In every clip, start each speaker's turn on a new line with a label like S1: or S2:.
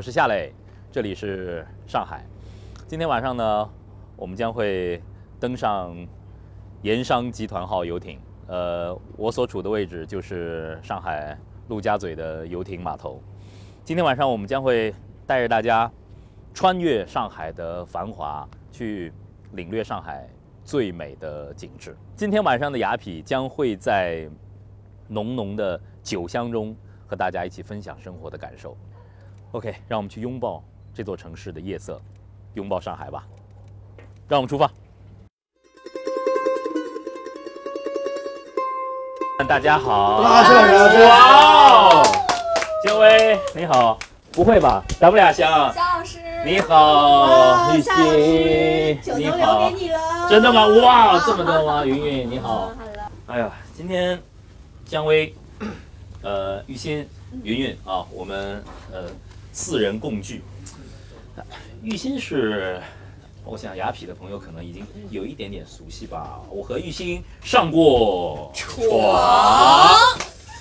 S1: 我是夏磊，这里是上海。今天晚上呢，我们将会登上盐商集团号游艇。呃，我所处的位置就是上海陆家嘴的游艇码头。今天晚上我们将会带着大家穿越上海的繁华，去领略上海最美的景致。今天晚上的雅痞将会在浓浓的酒香中和大家一起分享生活的感受。OK，让我们去拥抱这座城市的夜色，拥抱上海吧。让我们出发。大家好，
S2: 啊，谢老师，
S1: 哇哦，建威你好，不会吧？咱们俩相，
S3: 夏老师，
S1: 你好，
S3: 啊
S1: 玉
S3: 夏老师
S1: 溪，
S3: 酒
S1: 你
S3: 都留
S1: 好
S3: 给，你了，
S1: 真的吗？哇，
S3: 啊
S1: 这么多吗？云云你好
S3: 嗯，好了，
S1: 哎呀，今天姜薇，呃，玉鑫、云云啊，我们呃四人共聚。玉鑫是，我想雅痞的朋友可能已经有一点点熟悉吧。我和玉鑫上过床。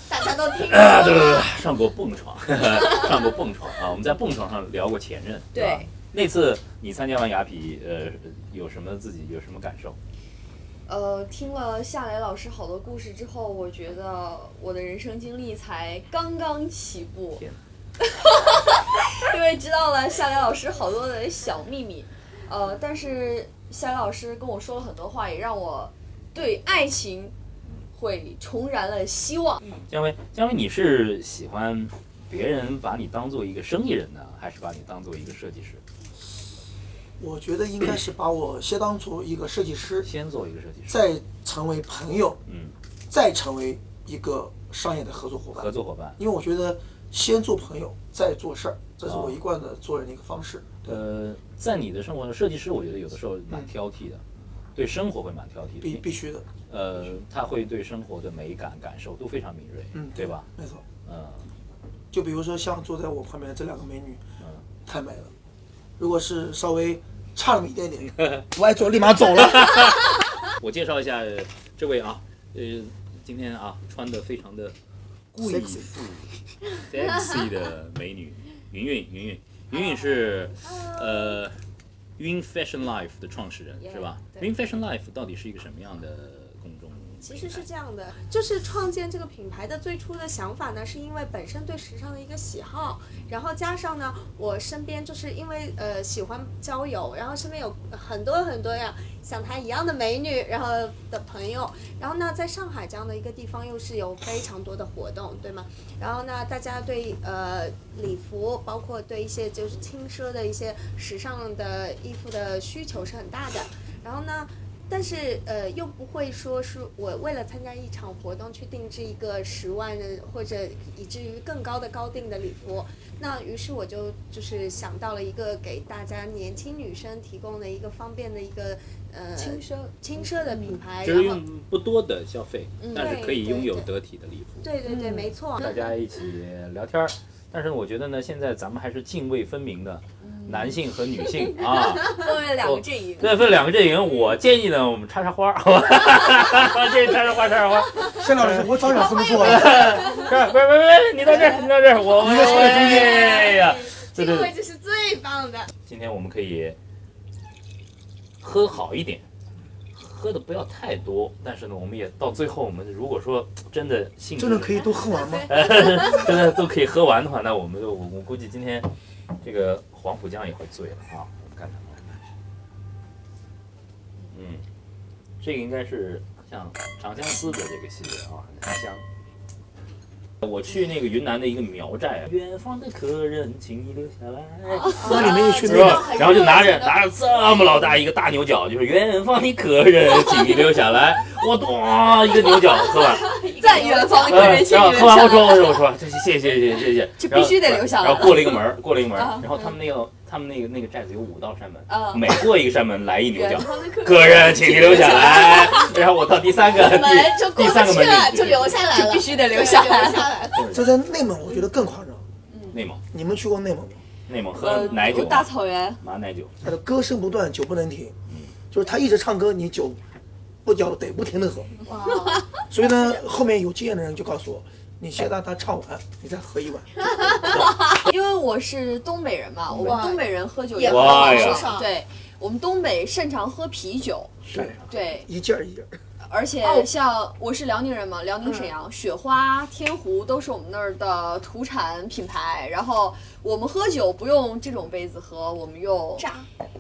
S3: 大家都 听
S1: 啊，对对
S3: 了，
S1: 对，上过蹦床， 上过蹦床啊，我们在蹦床上聊过前任，吧
S3: 对
S1: 那次你参加完雅痞，呃，有什么自己有什么感受？
S3: 呃，听了夏雷老师好多故事之后，我觉得我的人生经历才刚刚起步
S1: 天，
S3: 因为知道了夏雷老师好多的小秘密，呃，但是夏雷老师跟我说了很多话，也让我对爱情会重燃了希望。
S1: 姜维，姜维，你是喜欢别人把你当做一个生意人呢，还是把你当做一个设计师？
S2: 我觉得应该是把我先当做一个设计师，
S1: 先做一个设计师，
S2: 再成为朋友，
S1: 嗯，
S2: 再成为一个商业的合作伙
S1: 合
S2: 伴。
S1: 作伙伴。
S2: 因为我觉得先做朋友，再做事儿，这是我一贯的做人的一个方式。对，
S1: 呃，在你的生活中，设计师我觉得有的时候蛮挑剔的，
S2: 嗯
S1: 对生活会蛮挑剔
S2: 必
S1: 的。
S2: 必须的，
S1: 呃，他会对生活的美感感受都非常敏锐，
S2: 嗯，
S1: 对吧？？
S2: 没错。
S1: 嗯
S2: 就比如说像坐在我旁边这两个美女，
S1: 嗯。
S2: 太美了。如果是稍微差那么一点点，不爱做立马走了。
S1: 我介绍一下呃这位啊，呃，今天啊穿的非常 的贵妇 sexy 的美女云云，云云，云云是呃 Win Fashion Life 的创始人
S3: Yeah，
S1: 是吧
S4: 对
S1: ？Win Fashion Life 到底是一个什么样的公众平台？
S4: 其实是这样的，就是创建这个品牌的最初的想法呢，是因为本身对时尚的一个喜好，然后加上呢，我身边就是因为呃喜欢交友，然后身边有很多很多呀想谈一样的美女，然后的朋友，然后呢，在上海这样的一个地方又是有非常多的活动，对吗？然后呢，大家对呃礼服，包括对一些就是轻奢的一些时尚的衣服的需求是很大的，然后呢。但是呃，又不会说是我为了参加一场活动去定制一个十万的或者以至于更高的高定的礼服。那于是我就就是想到了一个给大家年轻女生提供的一个方便的一个呃
S3: 轻奢，
S4: 轻奢的品牌，
S1: 就是
S4: 然后
S1: 用不多的消费，
S4: 嗯
S1: 但是可以
S4: 对对
S1: 拥有
S4: 对
S1: 得体的礼服。
S4: 对对对，没错，
S1: 大家一起聊天儿。但是我觉得呢，现在咱们还是泾渭分明的，
S4: 嗯
S1: 男性和女 性啊。
S3: 分 为两个阵营。
S4: 哦
S1: 这分两个阵营，我建议呢，我们插插花，好吧？ 建议插插花，插插花。
S2: 谢老师，我早想这么做了。
S1: 这儿，别别别，你到这儿，你到这儿，我我
S2: 个坐在中间
S1: 哎呀，对对对，
S4: 置是最棒的。
S1: 今天我们可以喝好一点，喝的不要太多，但是呢，我们也到最后，我们如果说真的兴致
S2: 真的可以都喝完吗？
S1: 真的都可以喝完的话，那我们就我我估计今天这个黄浦江也会醉了啊！我们看看，我们看看，嗯，这个应该是像长相思的这个系列啊，很香。我去那个云南的一个苗寨，远方的客人，请你留下
S3: 哦
S1: 来，
S2: 那你们
S3: 嗯
S2: 也去
S1: 是
S2: 那个
S1: 吧？然后就拿着 拿着这么老大一个大牛角，就是远方的客人，请你留下来，我咚一个牛角喝完。
S3: 在远方的啊人群
S1: 嗯然后喝
S3: 里
S1: 完我
S3: 面
S1: 说，我说我说，这谢谢谢谢谢谢，
S3: 这必须得留下来
S1: 然后过了一个门儿，过了一个门儿
S3: 啊，
S1: 然后他们那个他们那个那个寨子有五道山门，
S3: 啊
S1: 每过一个山门来一牛
S3: 远
S1: 角，
S3: 方的客
S1: 客人请你留下来。然后我到第三个
S4: 门
S3: 哎
S4: 就
S1: 第
S4: 过
S1: 第
S4: 不
S1: 三个
S4: 去
S1: 门
S4: 了，就留下来了，
S3: 必须得留
S4: 留
S3: 下
S4: 来，
S3: 来
S4: 留。下来了。
S2: 这在内蒙，我觉得更夸张。
S1: 内蒙
S2: 你们去过内蒙吗？
S1: 内蒙喝嗯奶酒
S3: 呃嗯大
S1: 嘛，
S3: 草原，
S1: 马奶酒，
S2: 他的歌声不断，酒不能停，就是他一直唱歌，你酒不要得不停的喝。所以呢，后面有经验的人就告诉我，你先让他唱完，你再喝一碗。
S3: 因为我是东北人嘛，我们
S4: 哇
S3: 东北人喝酒
S4: 也
S3: 也
S4: 喝
S1: 哇
S3: 很
S1: 呀
S3: 少，对我们东北擅长喝啤酒，
S2: 对，
S3: 对，
S2: 一件儿一件儿。
S3: 而且
S4: 哦
S3: 像我是辽宁人嘛，辽宁沈阳、雪花、天湖都是我们那儿的土产品牌。然后我们喝酒不用这种杯子喝，我们用
S4: 炸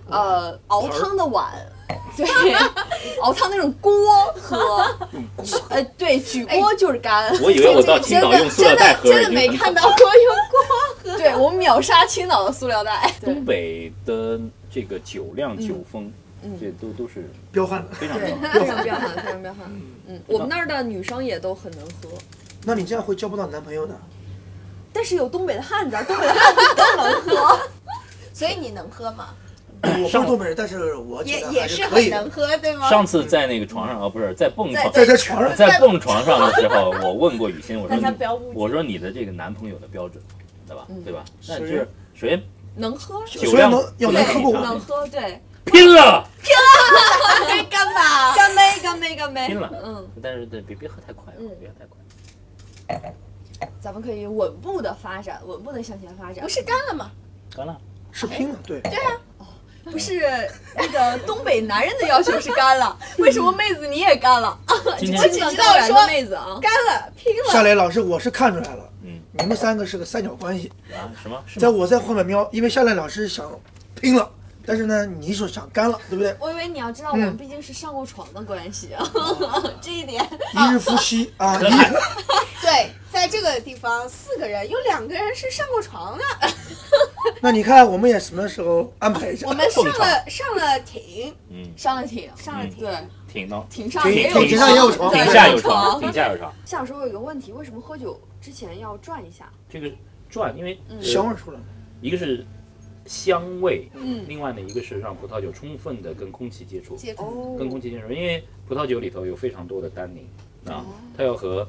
S3: 呃熬汤的 碗，对，熬汤那种锅喝，呃对，举锅就是干。
S1: 我以为我到青 岛用塑料袋喝
S4: 真
S1: 已
S4: 的
S1: 经
S4: 没
S1: 很
S4: 看到过用 过。
S3: 对我们秒杀青岛的塑料袋。对
S1: 东北的这个酒量、酒风，这都都是
S2: 彪悍了。
S1: 非 常重要。
S3: 非常彪悍，非常彪悍。嗯，我们那儿的女生也都很能喝，
S2: 那你这样会交不到男朋友的。
S3: 但是有东北的汉子，东北的汉子 更能喝。
S4: 所以你能喝吗？
S2: 我不是东北人，但是我觉
S4: 也
S2: 得
S4: 也
S2: 还
S4: 是
S2: 可
S4: 很
S2: 以的。
S4: 能喝，对吗？
S1: 上次在那个床上啊，不是在蹦床，
S2: 在这床上，
S1: 在蹦床上的时候，我问过雨欣，我说
S4: 大家
S1: 你
S4: 不要误解
S1: 我说你的这个男朋友的标准，对吧？对吧？那就是首先
S3: 能喝是
S1: 酒量
S2: 首先能要能喝过
S1: 对
S2: 我
S3: 能喝，对，
S1: 拼了，
S4: 该干嘛？
S3: 干杯，干杯，干杯！
S1: 拼了。
S3: 嗯，，
S1: 但是对，别别喝太快了，别喝太快。
S3: 咱们可以稳步的发展，稳步的向前发展。
S4: 不是干了吗？
S1: 干了，
S2: 是拼了，对，
S3: 不是那个东北男人的要求是干了，为什么妹子你也干了？
S1: 今
S3: 青
S1: 天
S3: 藏高原的妹子啊，
S4: 干了，拼
S2: 夏
S4: 了，
S2: 雷老师，我是看出来了，
S1: 嗯
S2: 你们三个是个三角关系。
S1: 啊什么？是
S2: 在
S1: 吗
S2: 我在后面瞄，因为夏雷老师想拼了，但是呢，你说想干了，对不对？
S3: 我以为你要知道，我们毕竟是上过床的关系啊。
S4: 这一点。
S2: 一日夫妻啊，一
S4: 对，在这个地方四个人有两个人是上过床的，
S2: 那你看我们也什么时候安排一下？
S4: 我们上
S1: 蹦
S4: 了上了艇，
S1: 嗯，
S3: 上了艇，
S4: 上了艇。
S3: 对，
S1: 挺呢。
S3: 艇上也有
S2: 艇上也有床
S3: 对
S1: 顶下有床，顶下有床。
S3: 夏老师，我有个问题，为什么喝酒之前要转一下？
S1: 这个转，因为呃
S3: 嗯
S2: 小味儿出来了，
S1: 一个是香味，
S3: 嗯
S1: 另外呢一个是让葡萄酒充分的跟空气接触，
S4: 接触
S3: 哦
S1: 跟空气接触，因为葡萄酒里头有非常多的单宁
S4: 哦
S1: 啊，它要和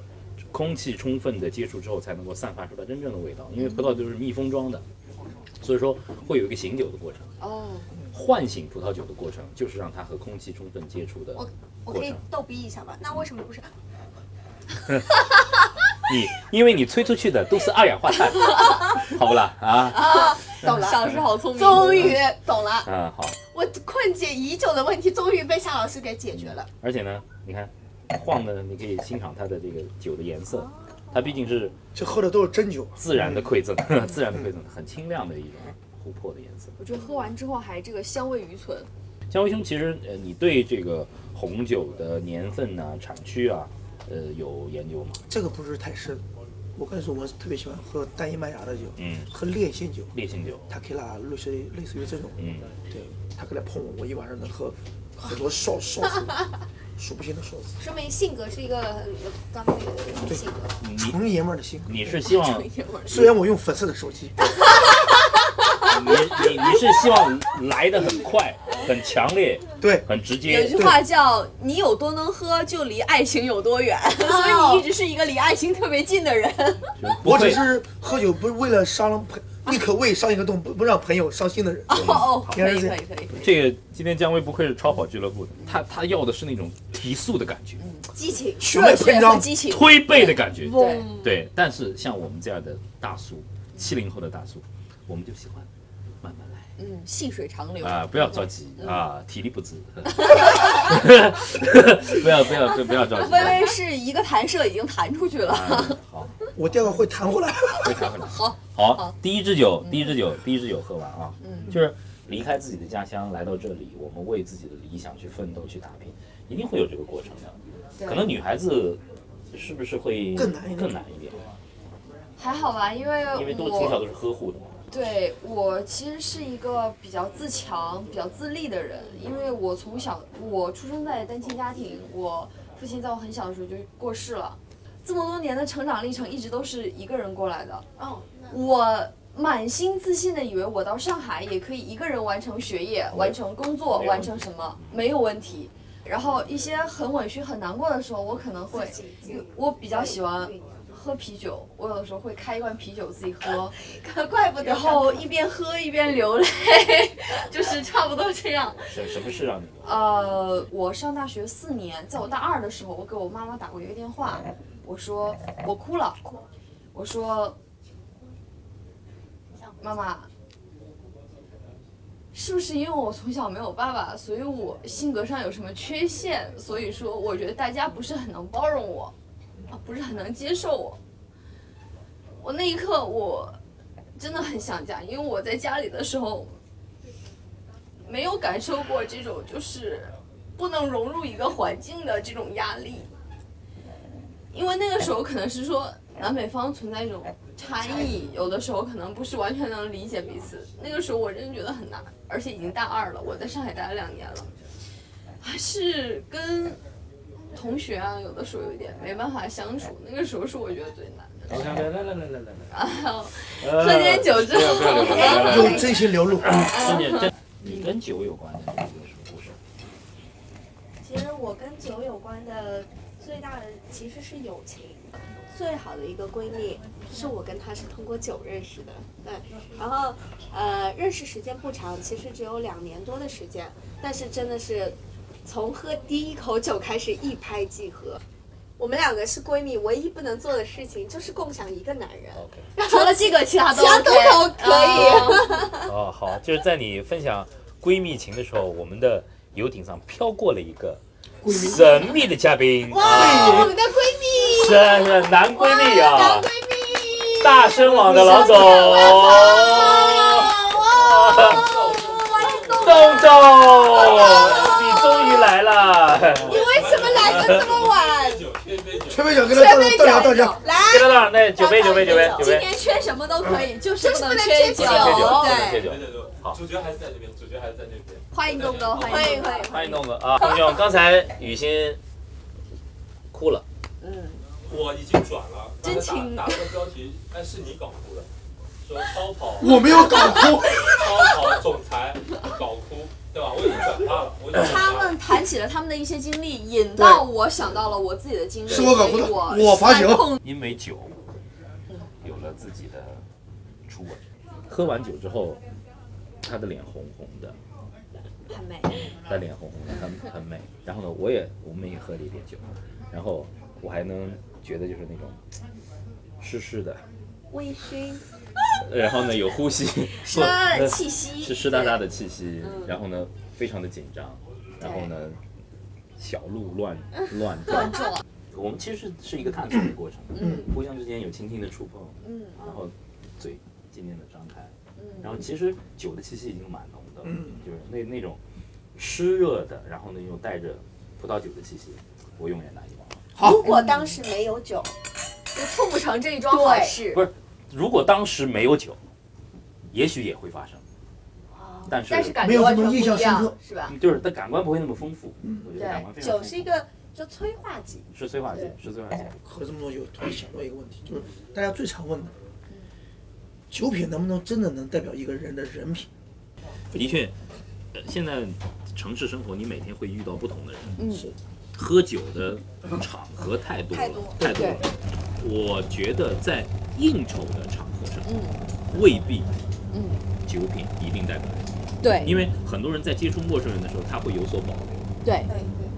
S1: 空气充分的接触之后才能够散发出它真正的味道，因为葡萄酒是密封装的，所以说会有一个醒酒的过程。
S3: 哦，
S1: 唤醒葡萄酒的过程就是让它和空气充分接触的。
S4: 我我可以逗逼一下吧？那为什么不是？
S1: 你因为你吹出去的都是二氧化碳， 好不啦？啊，
S4: 懂
S3: 夏
S4: 了，
S3: 老师好聪明，
S4: 终于懂了，
S1: 嗯，好。
S4: 我困解已久的问题终于被夏老师给解决了。
S1: 而且呢，你看晃的，你可以欣赏它的这个酒的颜
S4: 哦
S1: 色，它毕竟是
S2: 这喝的都是真酒，
S1: 自然的馈赠， 自然的馈赠，很清亮的一种琥珀的颜色。
S3: 我觉得喝完之后还这个香味余存。
S1: 姜维兄，其实呃，你对这个红酒的年份呐、产区啊，呃，有研究吗？
S2: 这个不是太深。我跟你说，我特别喜欢喝单一麦芽的酒，
S1: 嗯，
S2: 喝烈性酒，
S1: 烈性酒，
S2: 塔 q 拉类似于类似于这种，
S1: 嗯，
S2: 对，他过来碰我，我一晚上能喝很多烧烧 死我，数不清的烧死
S4: 说明性格是一个很刚烈的人性格。
S2: 我，纯爷们儿的性格。
S1: 你是希望
S3: 一会儿
S2: 虽然我用粉色的 手机，
S1: 你你你是希望来的很快、很强烈、
S2: 对，
S1: 很直
S3: 有
S1: 接
S3: 一句，话叫“你有多能喝，就离爱情有多远”， 所以你一直是一个离爱情特别近的人。
S1: 就是不
S2: 我只
S1: 会
S2: 是喝酒不是为了伤 朋，宁可为伤一个洞，不不让朋友伤心的人。
S3: 哦，
S2: 原来是
S3: 可以
S2: 这
S3: 可
S2: 样
S3: 以可以，
S1: 这个今天姜维不愧是超跑俱乐部的，他他要的是那种提速的感觉，
S4: 激情，
S2: 兄妹
S3: 嗯热
S2: 喷
S3: 血和
S2: 张，
S3: 激情。
S1: 推背的感觉，
S3: 对，
S1: 对，但是像我们这样的大叔，七零后的大叔，我们就喜欢慢慢来
S3: 嗯，细水长流。
S1: 啊，不要着急啊，体力不支， 不要不要不不要着急
S3: 微。微是一个弹射已经弹出去了，
S1: 啊好，
S2: 我第二个会弹回来。
S1: 非常好。
S3: 好，
S1: 好，嗯第一支酒，第一支酒，第一支酒喝完啊，就是离开自己的家乡来到这里，我们为自己的理想去奋斗去打拼，一定会有这个过程的。可能女孩子是不是会
S2: 更难一点
S1: 更难一点？
S3: 还好吧，因为
S1: 因为都从小
S3: 我
S1: 都是呵护的嘛。
S3: 对我其实是一个比较自强、比较自立的人，因为我从小我出生在单亲家庭，我父亲在我很小的时候就过世了，这么多年的成长历程一直都是一个人过来的，
S4: 哦，
S3: 我满心自信的以为我到上海也可以一个人完成学业、完成工作、
S1: 没有
S3: 完成什么没有问题。然后一些很委屈、很难过的时候，我可能会
S4: 自己自己，
S3: 我比较喜欢喝啤酒，我有的时候会开一罐啤酒自己喝，
S4: 那 怪不得。
S3: 然后一边喝一边流泪， 就是差不多这样。
S1: 什什么事让你？
S3: 呃，我上大学四年，在我大二的时候，我给我妈妈打过一个电话，我说我哭了，我说妈妈，是不是因为我从小没有爸爸，所以我性格上有什么缺陷？所以说，我觉得大家不是很能包容我，啊，不是很能接受我。我那一刻我真的很想家，因为我在家里的时候没有感受过这种就是不能融入一个环境的这种压力，因为那个时候可能是说南北方存在一种差异，有的时候可能不是完全能理解彼此。那个时候我真的觉得很难，而且已经大二了，我在上海待了两年了，还是跟同学啊，有的时候有一点没办法相处，那个时候是我觉得最难的。
S1: 来来来来来来来来，
S4: 呃
S3: 喝点酒之后
S1: 不要不要不要
S2: 用真心流露。
S1: 真的真，你跟酒有关的这个是故事，
S5: 其实我跟酒有关的最大的其实是友情。
S4: 最好的一个闺蜜，是我跟她是通过酒认识的，对，然后呃认识时间不长，其实只有两年多的时间，但是真的是从喝第一口酒开始一拍即合。我们两个是闺蜜，唯一不能做的事情就是共享一个男 人，
S3: 除了这个，其他都
S4: 其他都
S3: OK
S4: 都可以。
S3: 哦
S1: 哦，好，就是在你分享闺蜜情的时候，我们的游艇上飘过了一个神秘的嘉宾，
S4: 哇，我
S1: 啊，
S4: 们的闺蜜，
S1: 是男闺
S3: 哎
S1: 蜜啊
S4: 男，闺蜜，
S1: 大声网的老总，豆豆，你终于来了，
S4: 你为什么来的这么晚？
S2: 吹杯酒跟他倒倒聊倒聊，
S4: 来，
S1: 给豆豆，那九杯九杯九杯九
S3: 今
S1: 杯，
S3: 天缺什么都可以，就是
S4: 真
S3: 不
S4: 嗯是不
S3: 能
S4: 能缺
S3: 酒
S4: 酒。
S1: 谢酒，不能谢
S4: 对，
S1: 酒。好
S6: 主角还是在这边，主角还是在那边。
S3: 欢迎东东，
S4: 欢
S3: 欢
S4: 迎
S3: 迎东东。
S4: 欢迎
S1: 欢迎东哥啊，东兄，刚才雨欣哭了，
S6: 我已经转了，
S3: 真
S6: 刚才打
S3: 情
S6: 打个标题，哎，是你搞哭了，说超跑
S2: 我没有搞 哭，
S6: 超跑总裁搞哭，对吧？我已经转发了，我已经转
S3: 他
S6: 发了。
S3: 们谈起了他们的一些经历，引到我想到了我自己的经历，
S2: 是我搞不
S3: 所以
S2: 懂
S3: 我
S2: 我罚酒
S3: 才碰
S1: 因为酒有了自己的初吻，喝完酒之后，她的脸红红的，
S3: 很美。
S1: 她脸红红的，很很美。然后呢，我也我们也喝了一点酒，然后我还能觉得就是那种湿湿的，
S4: 微醺，
S1: 然后呢有呼 吸，
S3: 湿哒哒的气息，
S1: 是湿哒哒的气息，然后呢非常的紧张，然后呢小鹿 乱乱撞。嗯我们其实是一个探索的过程，互相之间有轻轻的触碰，
S3: 嗯
S1: 然后嘴渐渐的张开，
S4: 嗯
S1: 然后其实酒的气息已经蛮浓的，就是那那种湿热的，然后呢又带着葡萄酒的气息，我永远难以忘怀。
S4: 如果当时没有酒，
S3: 就促不成这一桩好事。
S1: 不是，如果当时没有酒，也许也会发生，但是
S3: 但是感
S2: 没
S3: 觉
S2: 有
S3: 完
S2: 什
S3: 全
S2: 么
S3: 不一
S2: 印象深
S3: 样
S2: 刻，
S3: 是吧？
S1: 就是它感官不会那么丰富，我觉得
S3: 对
S1: 感官非常
S4: 啊嗯酒
S1: 丰
S4: 是
S1: 富
S4: 一。个就催化剂，
S1: 是催化剂，是催化剂。
S2: 喝了这么多酒，突然想到一个问题，就是大家最常问的，酒品能不能真的能代表一个人的人品？
S1: 的确，呃现在城市生活，你每天会遇到不同的人，
S3: 嗯，
S1: 喝酒的场合太多了，太多了。我觉得在应酬的场合上，未必，
S3: 嗯，
S1: 酒品一定代表人，
S3: 对
S1: 因为很多人在接触陌生人的时候，他会有所保留，
S3: 对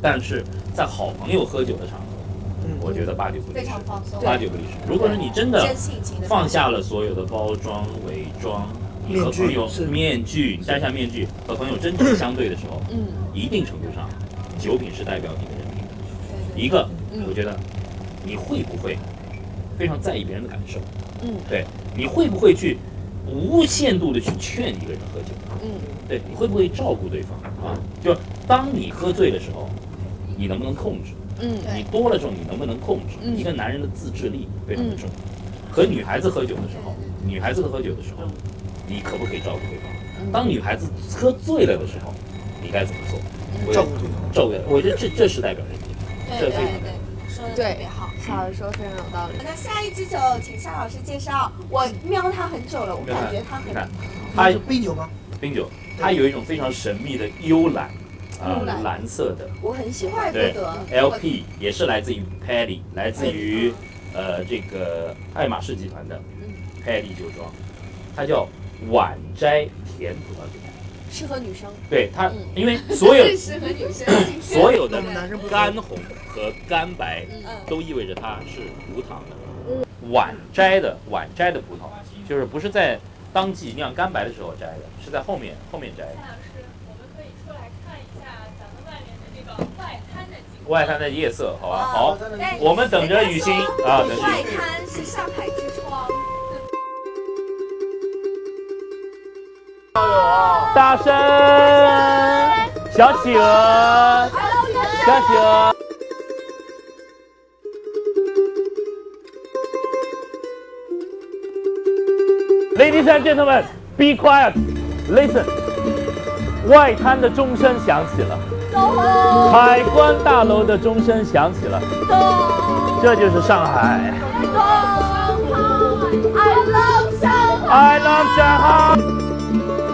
S1: 但是在好朋友喝酒的场合，
S2: 嗯，
S1: 我觉得八九不离
S5: 非
S1: 十
S5: 常，放松，
S1: 八九不离十。如果说你真的
S5: 真性情的
S1: 放下了所有的包装、伪装，你和
S2: 面具
S1: 朋友
S2: 是
S1: 面具，你戴下面具和朋友真正相对的时候，
S3: 嗯，
S1: 一定程度上，酒品是代表你的人品的。
S5: 对对
S1: 一个
S3: 嗯，
S1: 我觉得你会不会非常在意别人的感受？
S3: 嗯，
S1: 对，你会不会去无限度的去劝一个人喝酒？
S3: 嗯，
S1: 对，你会不会照顾对方啊？就是当你喝醉的时候，你能不能控制？
S3: 嗯
S5: 对
S1: 你多了之后，你能不能控制？
S3: 嗯
S1: 一个男人的自制力非常的重要。和女孩子喝酒的时候，女孩子喝酒的时候，你可不可以照顾对
S3: 嗯
S1: 方？当女孩子喝醉了的时候，你该怎么做？
S3: 嗯
S1: 我
S2: 照顾对方，
S1: 照顾，我觉得这这是代表人品。
S5: 对对
S1: 这非常
S5: 对，说的特
S3: 对
S5: 别好。
S3: 小的说非常有道理。
S4: 那下一支酒，请夏老师介绍。我瞄他很久了，我感觉他
S1: 你
S4: 很
S1: 看，
S2: 那
S3: 嗯
S1: 他
S2: 是冰酒吗？
S1: 冰酒，它有一种非常神秘的幽蓝，啊、
S3: 幽蓝
S1: 蓝色的
S3: 我很喜欢
S4: 怪不得。
S1: LP 也是来自于 Paddy，来自于呃这个爱马仕集
S3: 嗯
S1: 团的 Paddy 酒庄，它叫晚摘甜葡萄酒，
S3: 适合女生，
S1: 对它
S3: 嗯，
S1: 因为所有
S4: 最适合女生。
S1: 所有的
S2: 我们男生不
S1: 干红和干白
S3: 嗯，
S1: 都意味着它是无糖的，晚摘的晚摘的葡萄，就是不是在当季酿干白的时候摘的，是在后面后面摘的。
S7: 夏老师，我们可以出来看一下咱们外面的
S4: 嗯
S7: 这个外滩的景
S1: 外滩的夜色，好吧，
S3: 哇
S1: 好，
S5: 但
S1: 我们等着雨欣啊，等着雨
S5: 外
S1: 欣。
S5: 滩是上海之窗。
S8: 大声，小企鹅，小企鹅。Ladies and gentlemen, be quiet, listen。外滩的钟声响起了，海关大楼的钟声响起了，这就是上海。I love 上海。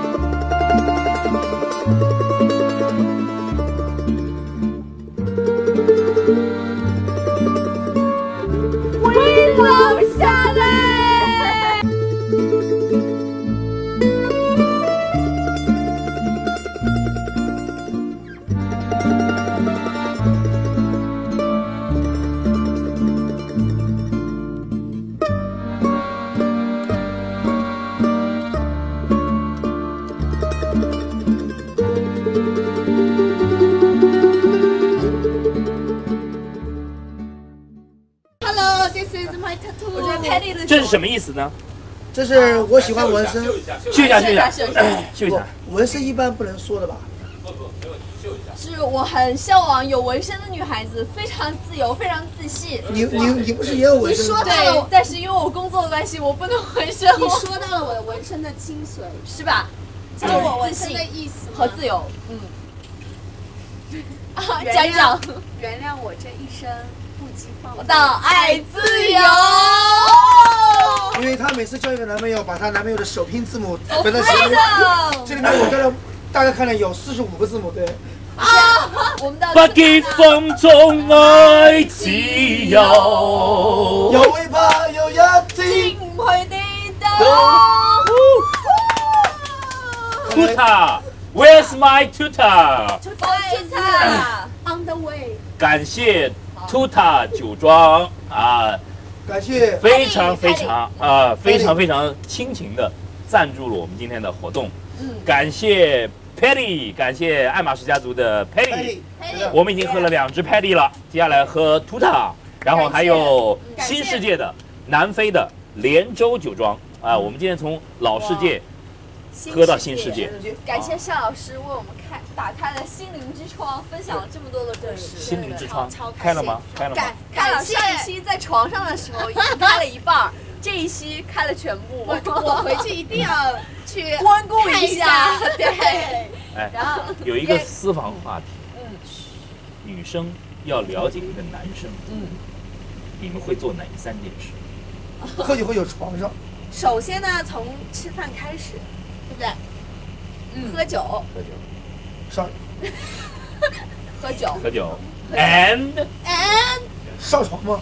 S4: Hello, this is my tattoo。
S3: 我觉得 Penny 的
S1: 这是什么意思呢？
S2: 这是我喜欢纹身，
S6: 秀一下，秀一下，秀
S1: 秀一
S6: 一
S1: 下，
S6: 下，
S1: 秀一下，
S3: 秀一下
S1: 秀一下。
S2: 纹身一般不能说的吧？
S6: 不不，没问题，秀一下。
S3: 是我很向往有纹身的女孩子，非常自由，非常自信。
S2: 你你你不是也有纹身吗？
S3: 对，但是因为我工作的关系，我不能纹身，
S4: 你
S3: 我
S4: 说到了我的纹身的精髓，
S3: 是吧？
S4: 知道我
S3: 自
S4: 纹身
S3: 信
S4: 的意思吗？
S3: 和自由，嗯。啊，
S4: 原
S3: 讲讲
S4: 谅原谅我这一生不羁放
S3: 我
S4: 纵
S3: 的爱自由。
S2: 因为她每次交一个男朋友，把她男朋友的首拼字母
S3: 我
S2: 纹
S3: 会
S2: 到手里面。这
S3: 的
S2: 里面我看了，大概看了有四十五个字母，对，
S3: 啊！我们的
S8: 不羈放纵愛自由。
S2: 有尾巴，有一天，
S3: 进去地道。
S2: 哎
S1: Tutor，Where's my tutor？
S3: 出去菜，
S4: on the way。
S1: 感谢 Tutor 酒庄啊，
S2: 感谢
S1: 非常非常啊，非常非常亲情的赞助了我们今天的活动。
S3: 嗯
S1: 感谢 Patty，感谢爱马仕家族的 Patty。我
S2: 哎
S1: 们已经喝了两支 Patty 了，接下来喝 Tuta，然后还有
S4: 感谢
S1: 新世界的南非的连州酒庄
S3: 嗯
S1: 啊。我们今天从老世界喝到新世界，
S3: 感谢夏老师为我们开打开了心灵之窗，分享了这么多的故事。
S1: 心灵之窗
S4: 超超开
S1: 开
S4: 心
S1: 了吗？开了吗？
S3: 感感谢上一期在床上的时候已经开了一半儿， 这一期开了全部。
S4: 我我回去一定 要去
S3: 光顾
S4: 看
S3: 一下，对。
S4: 对，
S1: 哎，
S3: 然后
S1: 有一个私房话题，女生要了解一个男生，嗯，你们会做哪三件事？
S2: 喝酒会有床上，
S4: 首先呢，从吃饭开始，对不对？
S3: 嗯
S4: 喝酒，
S1: 喝酒，
S2: 上
S3: 喝酒，
S1: 喝酒，and
S2: 上床吗？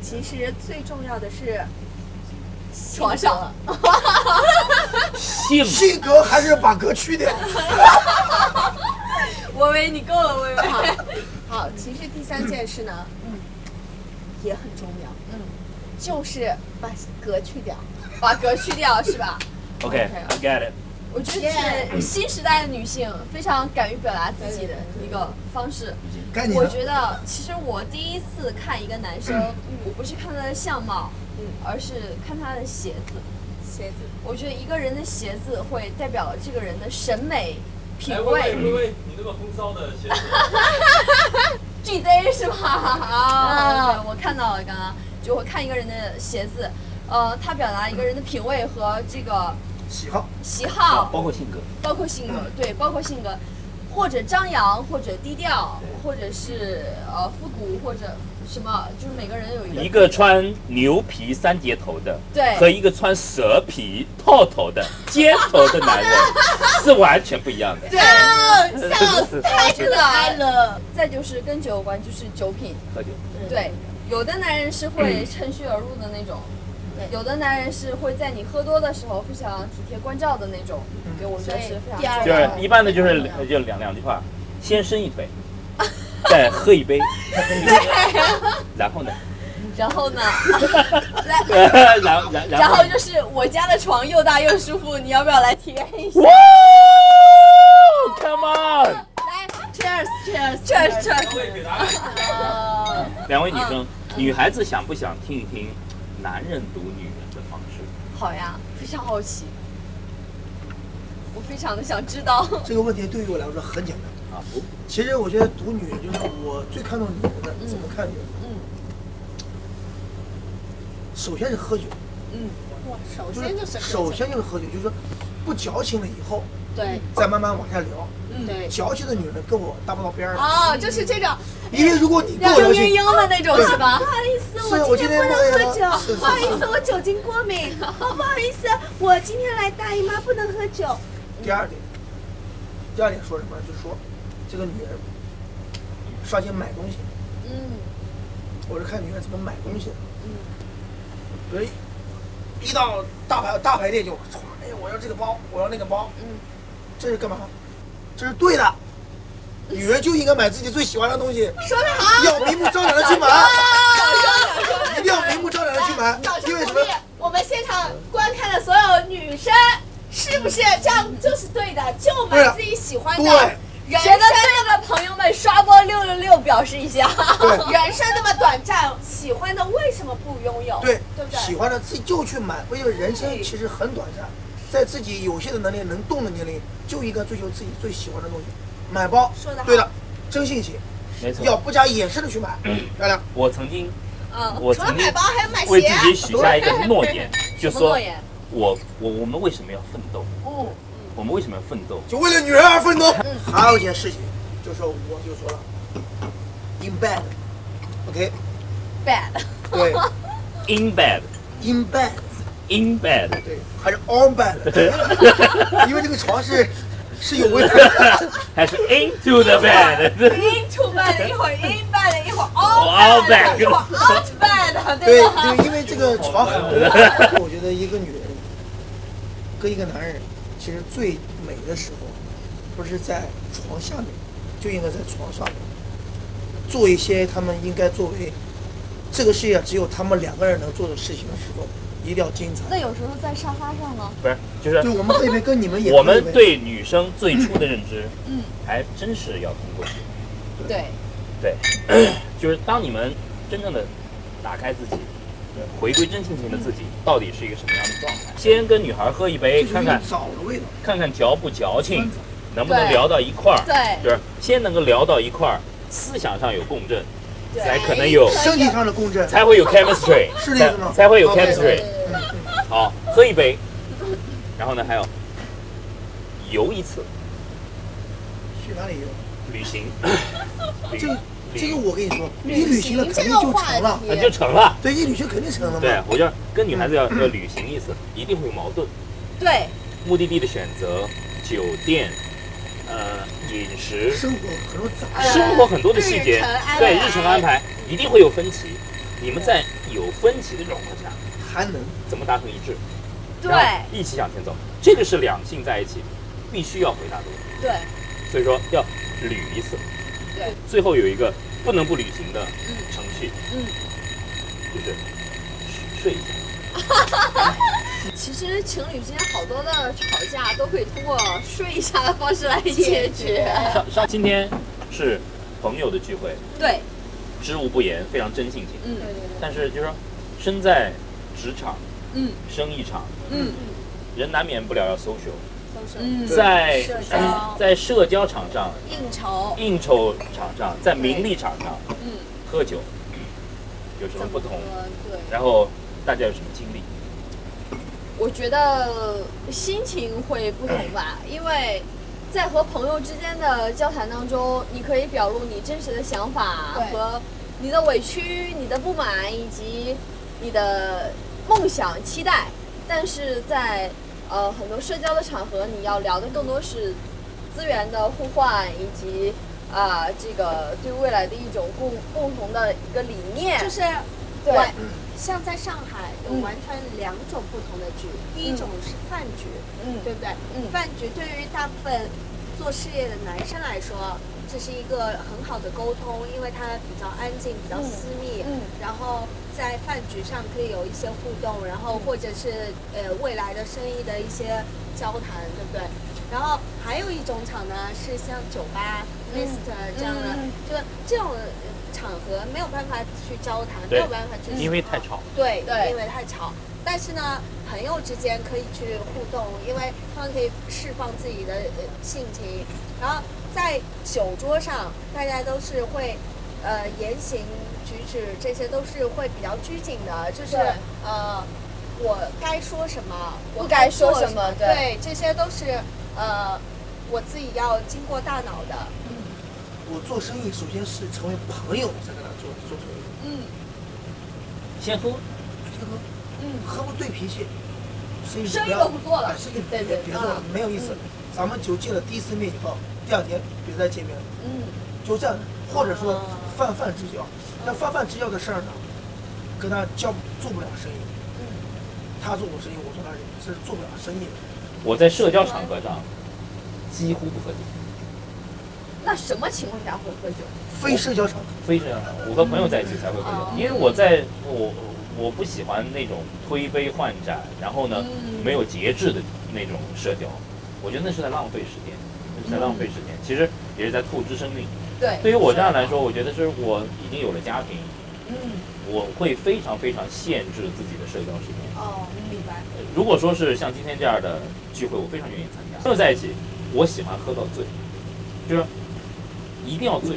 S4: 其实最重要的是
S3: 床上
S1: 性
S2: 性格还是把格去掉，
S3: 微微你够了，微微。
S4: 好，其实第三件事呢，嗯，也很重要，嗯，就是把格去掉。
S3: 把格去掉是吧？
S1: ，OK，I get it。
S3: 我觉得是新时代的女性非常敢于表达自己的一个方式。
S2: 该你
S3: 我
S2: 了。
S3: 觉得，其实我第一次看一个男生，我不是看他的相貌，而是看他的鞋子。
S4: 鞋子，
S3: 我觉得一个人的鞋子会代表了这个人的审美品
S6: 哎，喂
S3: 味。
S6: 喂喂，你那么风骚的鞋子，
S3: GZ 是吧？ 啊，对我看到了，刚刚就我看一个人的鞋子，呃，他表达一个人的品味和这个
S2: 喜好，
S3: 喜好，
S1: 包括性格，
S3: 包括性格，对，包括性格，或者张扬，或者低调，或者是呃复古，或者什么，就是每个人有一个
S1: 一个穿牛皮三节头的，
S3: 对
S1: 和一个穿蛇皮套头的尖头的男人 是完全不一样的。哦对，
S3: 太可爱了。
S4: 了，
S3: 再就是跟酒有关，就是酒品，
S1: 喝酒，
S3: 对，有的男人是会趁虚而入的那种，
S2: 对
S3: 有的男人是会在你喝多的时候非常体贴关照的那种，给我们
S5: 所以
S3: 是非常
S5: 第二
S1: 就是
S5: 个
S1: 一般的就是两就两两句话，先伸一 腿，再喝一杯，然后 呢，
S3: 然后 呢，
S1: 啊然后然
S3: 然
S1: 后
S3: 后就是我家的床又大又舒服，你要不要来体验一下？
S1: 哇，Come on！
S3: 来，cheers cheers cheers cheers。
S6: 我也给答案。
S3: 呃
S1: 两位女生，女孩子想不想听一听男人读女人的方式？
S3: 好呀，非常好奇，我非常的想知道。
S2: 这个问题对于我来说很简单。
S1: 啊，不，
S2: 其实我觉得读女人就是我最看重女人的，怎么看女人？
S3: 嗯
S2: 首先是喝酒，
S3: 嗯，
S4: 哇，首
S2: 就是
S4: 先就是喝
S2: 首
S4: 酒，
S2: 先就是喝酒，就是说不矫情了以后
S4: 对
S2: 再慢慢往下聊。嗯
S4: 对。
S2: 矫情的女人跟我搭不到边儿了，
S4: 哦，就是这种，
S2: 因为如果你跟
S3: 亮
S2: 我矫
S3: 嘤嘤
S2: 情，
S3: 嘤的那种是吧？
S2: 是我今天不能喝酒，是
S4: 不好意
S2: 是
S4: 思，
S2: 是。
S4: 我酒精过敏。哦，不好意思，我今天来大姨妈，不能喝酒。
S2: 第二点，第二点说什么呢？就是说这个女人上街买东西，
S3: 嗯
S2: 我是看女人怎么买东西的。比如一到大牌大牌店就，唰哎呀，我要这个包，我要那个包，
S3: 嗯，
S2: 这是干嘛？这是对的。女人就应该买自己最喜欢的东西，说得好，要明目张胆的去买，一定要明目张胆的去买，因为什么？
S4: 我们现场观看的所有女生，是不是这样就是对的？就
S2: 对啊
S4: 买自己喜欢的
S2: 对。
S4: 人
S3: 觉
S4: 生
S3: 得对的朋友们刷波六六六表示一下。
S2: 对
S4: 人生那么短暂，喜欢的为什么不拥有？
S2: 对
S4: 对不对
S2: 喜欢的自己就去买，因为人生其实很短暂，在自己有限的能力能动的年龄，就应该追求自己最喜欢的东西。买包
S4: 说得，好
S2: 对的，真性情，
S1: 没错，
S2: 要不加掩饰的去买，漂亮。
S1: 我曾经，
S3: 嗯，
S1: 我
S4: 除了
S1: 曾
S4: 买
S1: 经
S4: 包，还有买
S1: 为
S4: 鞋
S3: 啊
S4: 啊
S1: 自。己许下一个诺 言，就
S3: 什么
S1: 说
S3: 诺言？哦
S1: 我我我们为什么要奋斗？我们为什么要奋斗？
S2: 就为了女人而奋斗。
S4: 嗯
S2: 还有一件事情，就是我就说了，in bed，OK，、
S3: bad。
S2: 对
S1: In bed,
S2: ，in bed，
S1: in bed，
S2: 对，还是 on bed，因为这个床是是有味道的。
S1: 还是 into the bed？
S3: into bed 一会儿 in bed 一会儿
S4: 哦
S1: All
S3: out bed
S1: bad
S3: 一会儿 out bed，
S2: 对
S3: 对吧？
S2: 对，因为这个床很多，我觉得一个女人跟一个男人，其实最美的时候，不是在床下面，就应该在床上面，做一些他们应该作为这个世界上只有他们两个人能做的事情的时候，一定要精彩。
S3: 那有时候在沙发上呢，
S1: 不是，就是
S2: 对，我们可以为跟你们也
S1: 我们
S2: 可以为
S1: 对女生最初的认知，
S3: 嗯，
S1: 还真是要通过，
S3: 对，
S1: 对， 就是当你们真正的打开自己，回归真性情的自己，到底是一个什么样的状态？先跟女孩喝一杯，
S2: 就是
S1: 看看
S2: 用枣的味道，
S1: 看看矫不矫情，
S2: 嗯
S1: 能不
S3: 对
S1: 能聊到一块儿，
S3: 对
S1: 就是先能够聊到一块儿，思想上有共振，
S3: 对
S1: 才可能有
S2: 身体上的共振，
S1: 才会有 chemistry，
S2: 是这意思吗
S1: 才才会有
S2: OK，
S1: chemistry。
S2: 嗯嗯
S1: 好，喝一杯，然后呢还有游一次
S2: 去哪里游？
S1: 旅 行，旅
S2: 这个这个
S1: 旅啊
S2: 我跟你说，一旅行了肯定就成了，
S1: 那就成了。
S2: 对，一旅行肯定成了嘛。
S1: 对，我就跟女孩子要
S2: 嗯
S1: 要旅行一次，一定会有矛盾。
S3: 对，
S1: 目的地的选择、酒店、呃饮食、
S2: 生活很多杂
S4: 呃
S1: 生活很多的细
S4: 日
S1: 节
S4: 程安排，
S1: 对日程安排一定会有分歧。你们在有分歧的状况下，
S2: 还能
S1: 怎么达成一致？
S3: 对
S1: 然后一起向前走，这个是两性在一起必须要回答的问题。
S3: 对，
S1: 所以说要捋一次。
S3: 对，
S1: 最后有一个不能不履行的程序，
S3: 嗯，
S1: 就是睡一下。
S3: 其实情侣之间好多的吵架都可以通过睡一下的方式来解决。
S1: 上上今天是朋友的聚会，
S3: 对，
S1: 知无不言，非常真性情。
S3: 嗯
S1: 但是就是说，身在职场、
S3: 嗯
S1: 生意场，
S3: 嗯
S1: 人难免不了要 social，
S3: 嗯，
S1: 在哎
S4: 社交
S1: 在社交场上、
S3: 应酬
S1: 应酬场上、在名利场上，
S3: 嗯，
S1: 喝酒有什么不同？
S3: 呃对。
S1: 然后大家有什么经历？
S3: 我觉得心情会不同吧，因为在和朋友之间的交谈当中，你可以表露你真实的想法
S4: 对
S3: 和你的委屈、你的不满以及你的梦想、期待。但是在呃很多社交的场合，你要聊的更多是资源的互换以及啊、这个对未来的一种共共同的一个理念，
S4: 就是
S3: 对
S4: 我像在上海有
S3: 嗯
S4: 完全两种不同的局，第一种是饭局，
S3: 嗯
S4: 对不对？
S3: 嗯
S4: 饭局对于大部分做事业的男生来说，这是一个很好的沟通，因为它比较安静，比较私密，
S3: 嗯嗯
S4: 然后在饭局上可以有一些互动，然后或者是呃未来的生意的一些交谈，对不对？然后还有一种场呢，是像酒吧、m i s t e r 这样的，
S3: 嗯
S4: 就这种呃场合没有办法去交谈，没
S1: 对
S4: 有办法去
S3: 嗯
S1: 因为
S4: 说
S1: 太吵。
S4: 对，
S3: 对
S4: 因为太吵。但是呢，朋友之间可以去互动，因为他们可以释放自己的呃性情。然后在酒桌上，大家都是会，呃，言行举止这些都是会比较拘谨的，就是
S3: 对
S4: 呃，我该说什么，我
S3: 不该说
S4: 做
S3: 什
S4: 什
S3: 么
S4: 么，
S3: 对
S4: 对，这些都是呃，我自己要经过大脑的。
S2: 我做生意首先是成为朋友才跟他做做生意，
S3: 嗯
S1: 先喝，
S2: 这个
S3: 嗯，
S2: 喝不对脾气，生意
S3: 生意
S2: 不要
S3: 都不做了
S2: 哎生意
S3: 对
S2: 别
S3: 对
S2: 别做了
S3: 啊，
S2: 没有意思。咱们酒戒了第一次面以后，第二天别再见面了，
S3: 嗯
S2: 就这样，或者说
S4: 啊
S2: 泛泛之交。那泛泛之交的事儿呢，跟他交做不了生意，
S3: 嗯
S2: 他做我生意，我做他生意，是做不了生意的。
S1: 我在社交场合上几乎不喝酒，
S3: 那什么情况下会喝酒？
S2: 非社交场合，
S1: 非常少。我和朋友在一起才会喝
S3: 哦
S1: 酒，因为我在我我不喜欢那种推杯换盏，然后呢
S3: 嗯
S1: 没有节制的那种社交，我觉得那是在浪费时间，那是在浪费时间，其实也是在透支生命。
S3: 嗯对，
S1: 对于我这样来说，我觉得是我已经有了家庭，
S3: 嗯
S1: 我会非常非常限制自己的社交时间。
S3: 哦，明白，
S1: 如果说是像今天这样的聚会，我非常愿意参加。朋友在一起，我喜欢喝到醉，就是一定要醉。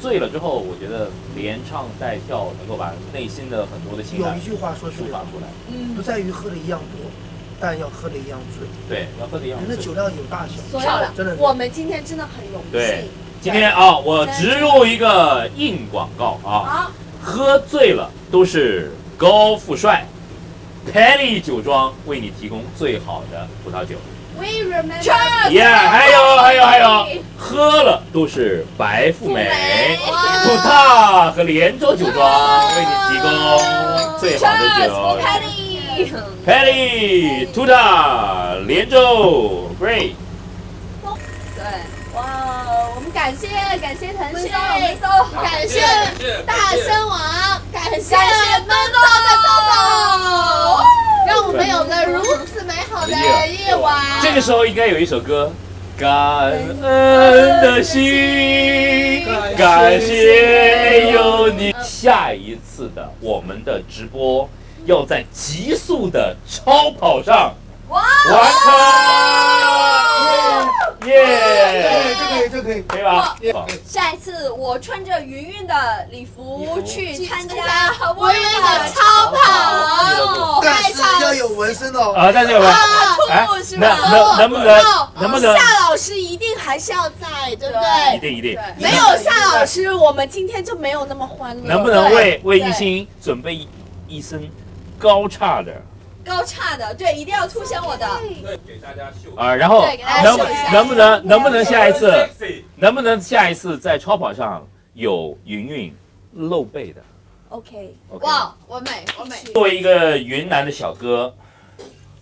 S1: 醉了之后，我觉得连唱带跳能够把内心的很多的情
S2: 有
S1: 感
S2: 一句话说是
S1: 抒发出来。
S2: 不
S3: 嗯，
S2: 在于喝的一样多，但要喝的一样醉。
S1: 对，要喝的一样
S2: 人的
S1: 醉。
S2: 酒量有大小，
S4: 所以
S3: 漂亮
S2: 真的是
S4: 我们今天真的很荣
S1: 对
S4: 幸。
S1: 今天啊，我植入一个硬广告啊，
S4: 好，
S1: 喝醉了都是高富帅。Penny 酒庄为你提供最好的葡萄酒。
S4: We remember。
S1: 耶、还有还有还有，喝了都是白富美。土塔和连州酒庄为你提供最好的酒。Patty、土塔、连州，Great。
S3: 对，
S4: 哇，我们感谢感谢腾
S3: 闷
S4: 讯，
S3: 骚闷骚，
S4: 感谢
S6: 谢
S4: 大生王，感谢
S3: 感谢
S4: 闷骚的豆豆，让我们有了如此美好的夜晚。
S1: 这个时候应该有一首歌，感恩的心，感谢有你。下一次的我们的直播要在极速的超跑上
S3: 哇，
S1: 完成，耶，
S2: 对，这个这可以。
S1: 可以吧？
S3: 下一次我穿着云云的礼服去参加
S4: 我有一个超跑，
S2: 但是要有纹身的哦。
S1: 啊，大家有没有？哎，能能能不能能不能？
S4: 夏老师一定还是要在，对不
S1: 一
S4: 对？
S1: 定一定，
S3: 对
S4: 没有夏老师，我们今天就没有那么欢乐。
S1: 能不能为为
S3: 对
S1: 艺兴准备一一身高叉的
S3: 高叉的，对，一定要凸显我的，
S6: 对，给大家秀。
S1: 啊？然后
S3: 对给大家
S1: 能
S3: 秀一下
S1: 能不能能不能下一次
S6: Sexy
S1: 能不能下一次在超跑上有云云露背的
S4: OK，
S1: ？OK
S3: 哇，完美完美，
S1: 作为一个云南的小哥，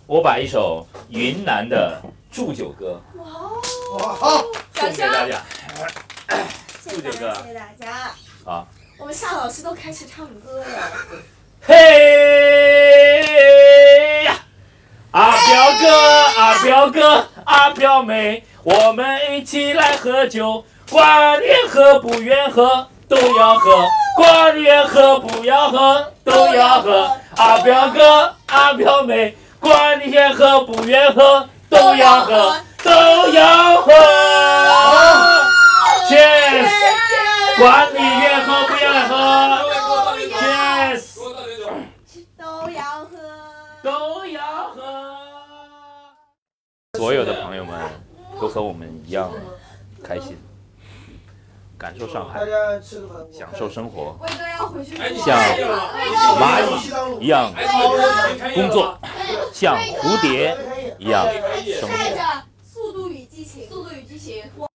S1: 我把一首云南的祝酒歌
S2: 哇好，
S1: 送给大家
S5: 谢谢大家，谢谢大家。
S1: 啊！
S4: 我们夏老师都开始唱歌了。
S1: 嘿呀，阿彪哥，阿彪哥，阿彪妹，我们一起来喝酒，管你喝不愿喝都要喝，管你喝不要喝都要喝，阿彪哥，阿彪妹，管你先喝不愿喝都要喝，都要喝。Cheers！管你愿喝不愿喝，Cheers！
S3: 哦
S6: 多倒点酒。
S4: 都要喝。
S1: 都要喝。所有的朋友们都和我们一样开心，感受上
S2: 大
S1: 海，
S2: 家吃个饭，
S1: 享受生活，
S3: 魏哥要回去
S6: 哎，你
S3: 做
S1: 像
S6: 开业了
S1: 蚂蚁
S2: 西藏路
S1: 一样
S6: 哎，你开业了
S1: 工作，像蝴蝶一样
S6: 开业了
S1: 生
S4: 带
S1: 活。
S4: 着